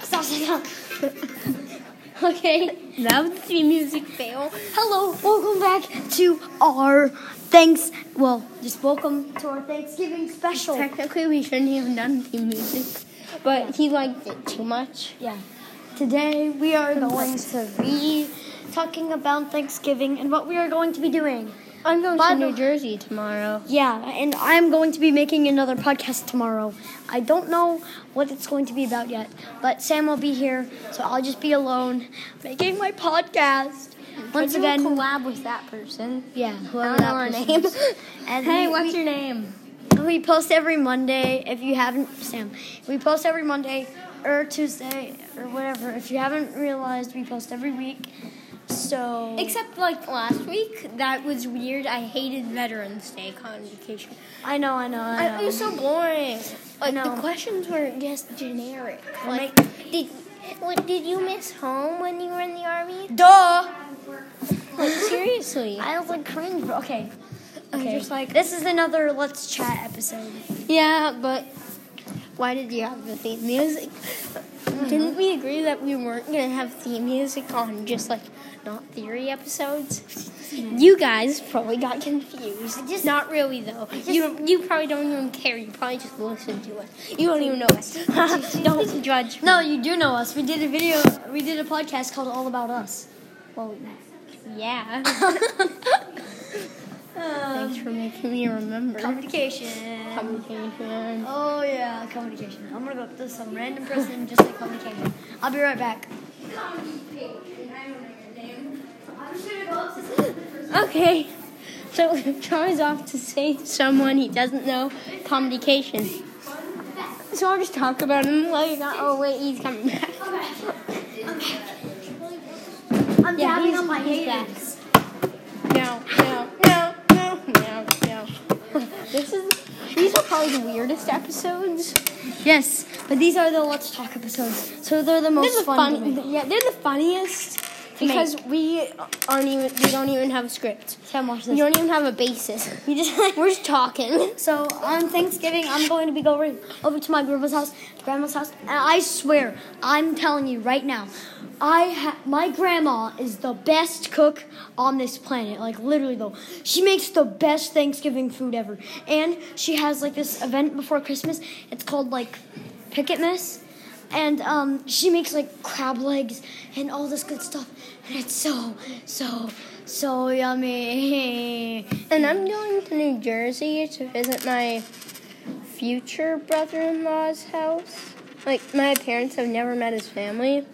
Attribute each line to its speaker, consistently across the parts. Speaker 1: Talk. okay,
Speaker 2: that was the music fail.
Speaker 1: hello, welcome back to our thanks. Well, just welcome to our Thanksgiving special.
Speaker 2: Technically, we shouldn't have done the music, but he liked it too much.
Speaker 1: Yeah. Today we are going to be talking about Thanksgiving and what we are going to be doing.
Speaker 2: I'm going
Speaker 1: By
Speaker 2: to
Speaker 1: the-
Speaker 2: New Jersey tomorrow.
Speaker 1: Yeah, and I'm going to be making another podcast tomorrow. I don't know what it's going to be about yet, but Sam will be here, so I'll just be alone making my podcast. Once
Speaker 2: Could
Speaker 1: again,
Speaker 2: you collab with that person.
Speaker 1: yeah,
Speaker 2: I
Speaker 1: whoever
Speaker 2: don't know
Speaker 1: that
Speaker 2: her
Speaker 1: person
Speaker 2: name.
Speaker 1: is. And
Speaker 2: hey,
Speaker 1: we-
Speaker 2: what's
Speaker 1: we-
Speaker 2: your name?
Speaker 1: We post every Monday. If you haven't, Sam, we post every Monday or Tuesday or whatever. If you haven't realized, we post every week. So
Speaker 2: Except like last week, that was weird. I hated Veterans Day convocation.
Speaker 1: I know, I know, I know.
Speaker 2: I, it was so boring. Like
Speaker 1: know.
Speaker 2: the questions were just generic. Like, did what, did you miss home when you were in the army?
Speaker 1: Duh.
Speaker 2: Like seriously?
Speaker 1: I was like cringe. But okay.
Speaker 2: I'm
Speaker 1: Okay.
Speaker 2: just like-
Speaker 1: this is another let's chat episode.
Speaker 2: yeah, but why did you have the theme music? Didn't we agree that we weren't gonna have theme music on just like not theory episodes? You guys probably got confused. Just not really though. you you probably don't even care. You probably just listen to us. You don't even know us. don't judge.
Speaker 1: No, you do know us. We did a video. We did a podcast called All About Us. Well,
Speaker 2: Yeah. Thanks
Speaker 1: um,
Speaker 2: for making me remember.
Speaker 1: communication.
Speaker 2: Complication.
Speaker 1: Oh yeah, communication. I'm gonna go to some random person and just say communication. I'll be right back.
Speaker 2: Okay. So Charlie's off to say to someone he doesn't know communication. So I'll just talk about him later. Oh wait, he's coming back.
Speaker 1: I'm
Speaker 2: Yeah,
Speaker 1: tapping
Speaker 2: he's-
Speaker 1: on my
Speaker 2: he's back.
Speaker 1: haters.
Speaker 2: No, no, no, no, no, no. This is these are probably the weirdest episodes.
Speaker 1: Yes, but these are the let's talk episodes, so they're the most
Speaker 2: They're the
Speaker 1: fun. to
Speaker 2: fun,
Speaker 1: make.
Speaker 2: yeah, they're the funniest
Speaker 1: To make.
Speaker 2: because we aren't even we don't even have a script.
Speaker 1: Sam, watch
Speaker 2: We
Speaker 1: this.
Speaker 2: don't even have a basis.
Speaker 1: You just
Speaker 2: We're just talking.
Speaker 1: So on Thanksgiving, I'm going to be going over to my grandma's house, grandma's house, and I swear, I'm telling you right now, I ha- my grandma is the best cook on this planet. Like literally, though, she makes the best Thanksgiving food ever, and she has like this event before Christmas. It's called like Picket Miss, and um, she makes like crab legs and all this good stuff, and it's so so so yummy.
Speaker 2: And I'm going to New Jersey to visit my future brother in law's house. Like, my parents have never met his family.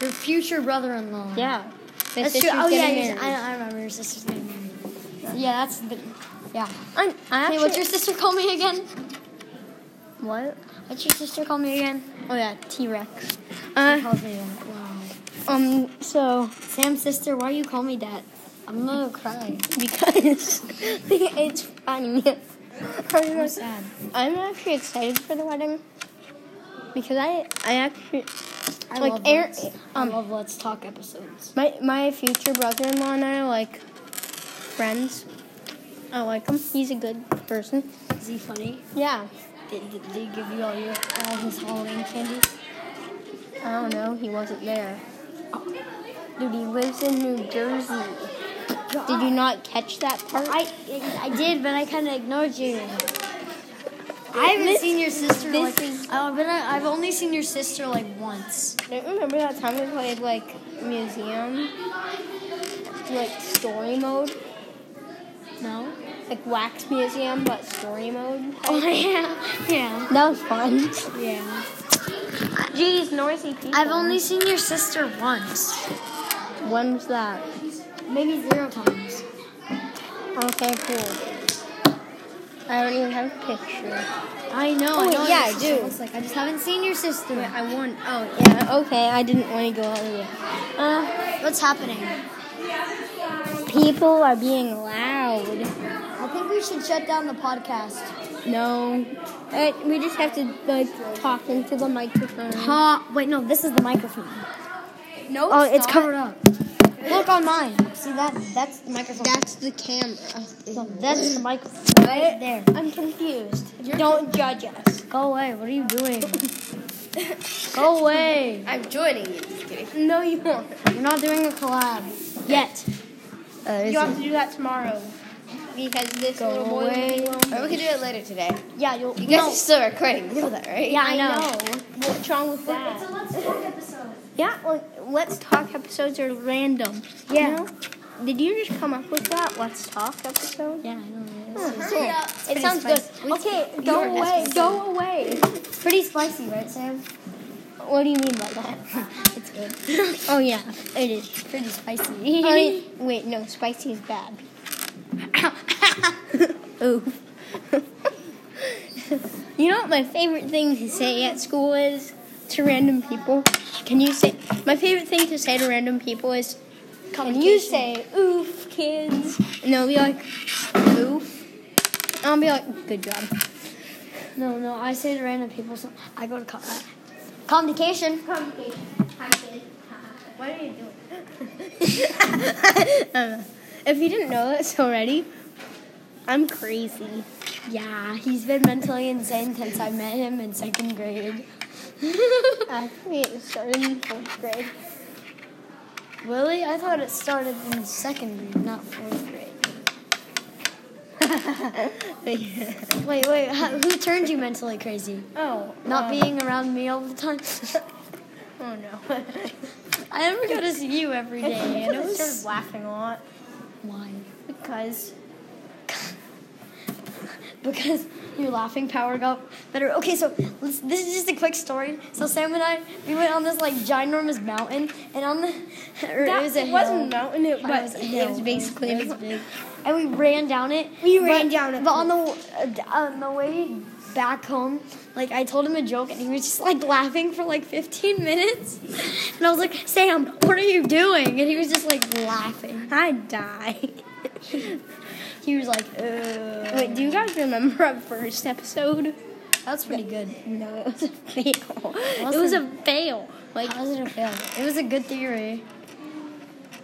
Speaker 1: Your future brother-in-law.
Speaker 2: Yeah. My
Speaker 1: That's true.
Speaker 2: sister's
Speaker 1: Oh yeah,
Speaker 2: getting
Speaker 1: yeah,
Speaker 2: married.
Speaker 1: I, I remember your sister's getting married. Yeah, that's the. Yeah.
Speaker 2: I'm, I
Speaker 1: Hey,
Speaker 2: actually.
Speaker 1: what's your sister call me again?
Speaker 2: what?
Speaker 1: What's your sister call me again?
Speaker 2: Oh, yeah, T Rex.
Speaker 1: She
Speaker 2: Uh,
Speaker 1: calls me that. Wow.
Speaker 2: um, so,
Speaker 1: Sam's sister, why you call me that? I'm gonna cry.
Speaker 2: because it's funny.
Speaker 1: I'm sad.
Speaker 2: I'm actually excited for the wedding. Because I, I actually.
Speaker 1: I
Speaker 2: Like,
Speaker 1: love
Speaker 2: Aaron-
Speaker 1: let's, I
Speaker 2: um,
Speaker 1: love let's talk episodes.
Speaker 2: My my future brother in law and I are like friends. I like him. He's a good person.
Speaker 1: Is he funny?
Speaker 2: Yeah.
Speaker 1: Did, did, did he give you all your all his Halloween candy?
Speaker 2: I don't know. He wasn't there. Dude, he lives in New Jersey. Did you not catch that part?
Speaker 1: I I did, but I kind of ignored you. I haven't
Speaker 2: This-
Speaker 1: seen your sister
Speaker 2: this
Speaker 1: like.
Speaker 2: is-
Speaker 1: I've been. I've only seen your sister like once.
Speaker 2: don't remember that time we played like museum, like story mode,
Speaker 1: No.
Speaker 2: like wax museum, but story mode.
Speaker 1: Oh yeah, yeah,
Speaker 2: That was fun.
Speaker 1: yeah.
Speaker 2: Jeez, noisy people.
Speaker 1: I've only seen your sister once,
Speaker 2: When was that?
Speaker 1: maybe zero times.
Speaker 2: Okay, cool. I don't even have a picture.
Speaker 1: I know.
Speaker 2: Oh,
Speaker 1: I know
Speaker 2: yeah,
Speaker 1: what
Speaker 2: I
Speaker 1: your sister
Speaker 2: do.
Speaker 1: Looks like I just haven't seen your sister. I won. Oh,
Speaker 2: Yeah, okay, I didn't want to go out yet. Uh,
Speaker 1: what's happening?
Speaker 2: people are being loud.
Speaker 1: I think we should shut down the podcast.
Speaker 2: No. Uh, we just have to, like, talk into the microphone.
Speaker 1: Huh? Wait, no. This is the microphone.
Speaker 2: No,
Speaker 1: Oh, it's covered up. Look on mine. See that? That's the microphone.
Speaker 2: That's the camera.
Speaker 1: No, that's the microphone right there.
Speaker 2: I'm confused. Don't judge us.
Speaker 1: Go away. What are you doing? Go away.
Speaker 2: I'm joining you. Just kidding. No, you won't.
Speaker 1: We're not doing a collab yet.
Speaker 2: You have to do that tomorrow. Because this
Speaker 1: Go
Speaker 2: little boy.
Speaker 1: away.
Speaker 3: Or we could do it later today.
Speaker 1: Yeah, you'll.
Speaker 3: You guys
Speaker 1: no.
Speaker 3: are still recording. You know that, right?
Speaker 1: Yeah, I
Speaker 2: I
Speaker 1: know.
Speaker 2: know. What's wrong with that?
Speaker 1: let's talk episode.
Speaker 2: Yeah, like let's talk episodes are random.
Speaker 1: Yeah.
Speaker 2: You know? Did you just come up with that? Let's talk episode.
Speaker 1: Yeah, I know.
Speaker 3: Hurry up.
Speaker 1: It sounds good. okay, go
Speaker 3: Your
Speaker 1: away. Go away. Pretty spicy, right, Sam? What do you mean by that? it's good.
Speaker 2: Oh yeah, it is.
Speaker 1: Pretty spicy.
Speaker 2: I- wait, no, spicy is bad. oh. you know what my favorite thing to say at school is to random people. Can you say my favorite thing to say to random people is? Can you say oof, kids? And they'll be like oof. And I'll be like, good job.
Speaker 1: no, no. I say to random people. So I go to co- uh, communication.
Speaker 2: What are you doing? if you didn't know this already, I'm crazy.
Speaker 1: Yeah, he's been mentally insane since I met him in second grade.
Speaker 2: I think it started in fourth grade.
Speaker 1: Really? I thought it started in second grade, not fourth grade. Wait, wait. h- Who turned you mentally crazy?
Speaker 2: Oh,
Speaker 1: Not
Speaker 2: um,
Speaker 1: being around me all the time.
Speaker 2: Oh no.
Speaker 1: I never go to see you every day. and it
Speaker 2: I
Speaker 1: was-
Speaker 2: started laughing a lot
Speaker 1: Why?
Speaker 2: because
Speaker 1: Because your laughing power got better. Okay, so let's, this is just a quick story. So Sam and I, we went on this like ginormous mountain, and on the or
Speaker 2: that
Speaker 1: it was a
Speaker 2: wasn't
Speaker 1: hill.
Speaker 2: a mountain. It
Speaker 1: It
Speaker 2: was,
Speaker 1: was a
Speaker 2: it
Speaker 1: hill.
Speaker 2: was basically
Speaker 1: It was big. and we ran down it. We
Speaker 2: ran down it.
Speaker 1: But on the uh, on the way back home, like I told him a joke, and he was just like laughing for like 15 minutes. And I was like, Sam, what are you doing? And he was just like laughing.
Speaker 2: I died.
Speaker 1: He was like, Ugh.
Speaker 2: Wait, do you guys remember our first episode?
Speaker 1: that's pretty good.
Speaker 2: No, it was a fail. It was a fail. Like
Speaker 1: How did it fail? It was a good theory.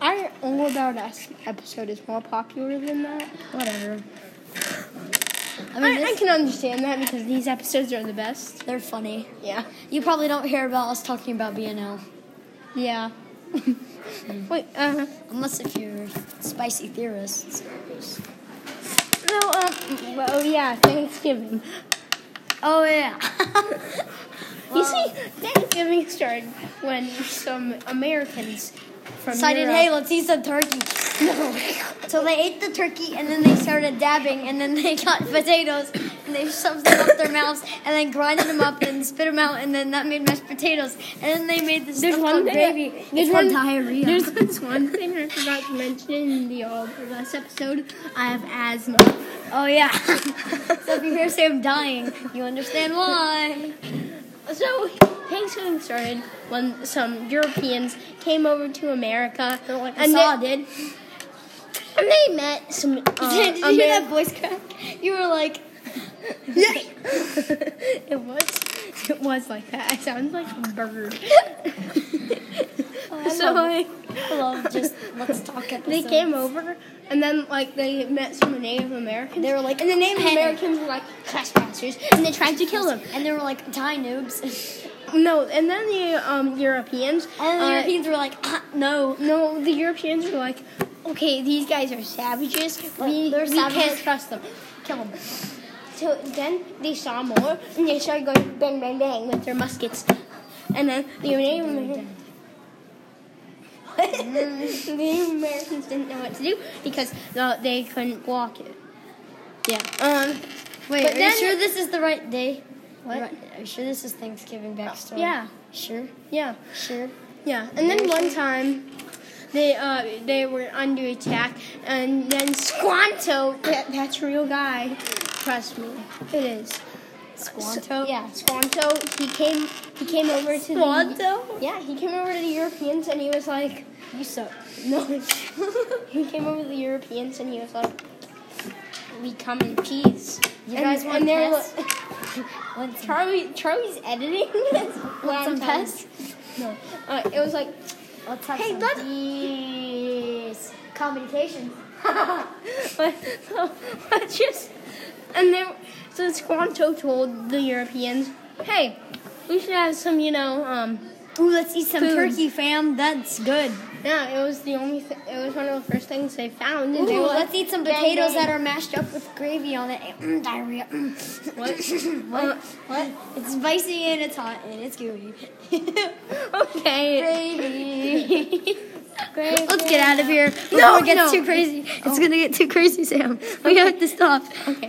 Speaker 2: Our All About Us episode is more popular than that.
Speaker 1: Whatever. I
Speaker 2: I,
Speaker 1: mean,
Speaker 2: I
Speaker 1: this,
Speaker 2: can understand that because these episodes are the best.
Speaker 1: they're funny.
Speaker 2: Yeah.
Speaker 1: You probably don't hear about us talking about BNL
Speaker 2: Yeah. Wait, uh,
Speaker 1: unless if you're spicy theorists.
Speaker 2: no, uh, well, yeah, Thanksgiving.
Speaker 1: Oh yeah.
Speaker 2: You see, Thanksgiving started when some Americans from
Speaker 1: Decided,
Speaker 2: Europe-
Speaker 1: hey, let's eat some turkey. so they ate the turkey and then they started dabbing and then they got potatoes and they shoved them up their mouths and then grinded them up and spit them out and then that made mashed potatoes and then they made this
Speaker 2: There's
Speaker 1: stuff
Speaker 2: one
Speaker 1: called
Speaker 2: thing.
Speaker 1: gravy.
Speaker 2: I-
Speaker 1: It's
Speaker 2: There's
Speaker 1: called
Speaker 2: one
Speaker 1: diarrhea.
Speaker 2: There's this one thing I forgot to mention in the All of Us episode. I have asthma.
Speaker 1: Oh yeah. so if you hear Sam dying, you understand why.
Speaker 2: So Thanksgiving started when some Europeans came over to America.
Speaker 1: like
Speaker 2: and,
Speaker 1: Saw
Speaker 2: they, and they met some. Uh,
Speaker 1: Did you hear that voice crack? You were like,
Speaker 2: Ameri- it was. It was like that. I sound like a bird.
Speaker 1: "Oh, I
Speaker 2: so
Speaker 1: love-
Speaker 2: like,
Speaker 1: I love just let's talk at
Speaker 2: they came over, and then like they met some Native Americans.
Speaker 1: They were like,
Speaker 2: and the Native
Speaker 1: "Hey."
Speaker 2: Americans were like trespassers, and they tried to kill them.
Speaker 1: and they were like Thai noobs,
Speaker 2: No, and then the um, Europeans.
Speaker 1: and the
Speaker 2: uh,
Speaker 1: Oh, Europeans were like, ah, no.
Speaker 2: No, the Europeans were like, okay, these guys are savages. We,
Speaker 1: They're
Speaker 2: we can't
Speaker 1: savages.
Speaker 2: trust them.
Speaker 1: Kill them.
Speaker 2: So then they saw more, and they started going bang, bang, bang with their muskets. And then the Native Americans. the Native Americans didn't know what to do because uh, they couldn't block it.
Speaker 1: Yeah.
Speaker 2: Um,
Speaker 1: Wait,
Speaker 2: But
Speaker 1: are you
Speaker 2: then-
Speaker 1: sure this is the right day?
Speaker 2: What?
Speaker 1: Right, are you sure this is Thanksgiving backstory?
Speaker 2: Yeah.
Speaker 1: Sure.
Speaker 2: yeah,
Speaker 1: Sure.
Speaker 2: yeah. And then one time, they uh, they were under attack, and then Squanto, that, that's a real guy. Trust me, it is.
Speaker 1: Squanto.
Speaker 2: Yeah, Squanto. He came. He came over to the. Yeah, he came over to the Europeans and he was like,
Speaker 1: You suck.
Speaker 2: no. he came over to the Europeans and he was like, we come in peace.
Speaker 1: You
Speaker 2: and,
Speaker 1: guys want
Speaker 2: and they're
Speaker 1: pets?
Speaker 2: like-
Speaker 1: Want some-
Speaker 2: Charlie, Charlie's editing. this
Speaker 1: want some
Speaker 2: round time.
Speaker 1: pets?
Speaker 2: No. Uh, it was like,
Speaker 1: Let's have
Speaker 2: Hey,
Speaker 1: some
Speaker 2: let's-
Speaker 1: peace. Communication.
Speaker 2: but, so, but just, and then so Squanto told the Europeans, hey, We should have some, you know, um,
Speaker 1: Ooh, let's eat some
Speaker 2: Food.
Speaker 1: turkey, fam. That's good.
Speaker 2: yeah, it was the only, th- it was one of the first things they found.
Speaker 1: Ooh,
Speaker 2: and they were
Speaker 1: let's eat some
Speaker 2: bang,
Speaker 1: potatoes
Speaker 2: bang.
Speaker 1: that are mashed up with gravy on it. Mm, diarrhea. Mm. what?
Speaker 2: What?
Speaker 1: What? It's spicy and it's hot and it's gooey.
Speaker 2: okay.
Speaker 1: gravy. gravy.
Speaker 2: Let's get out of here before
Speaker 1: No, Oh.
Speaker 2: it gets
Speaker 1: no.
Speaker 2: too crazy. It's gonna get too crazy, Sam. We have to stop. Okay.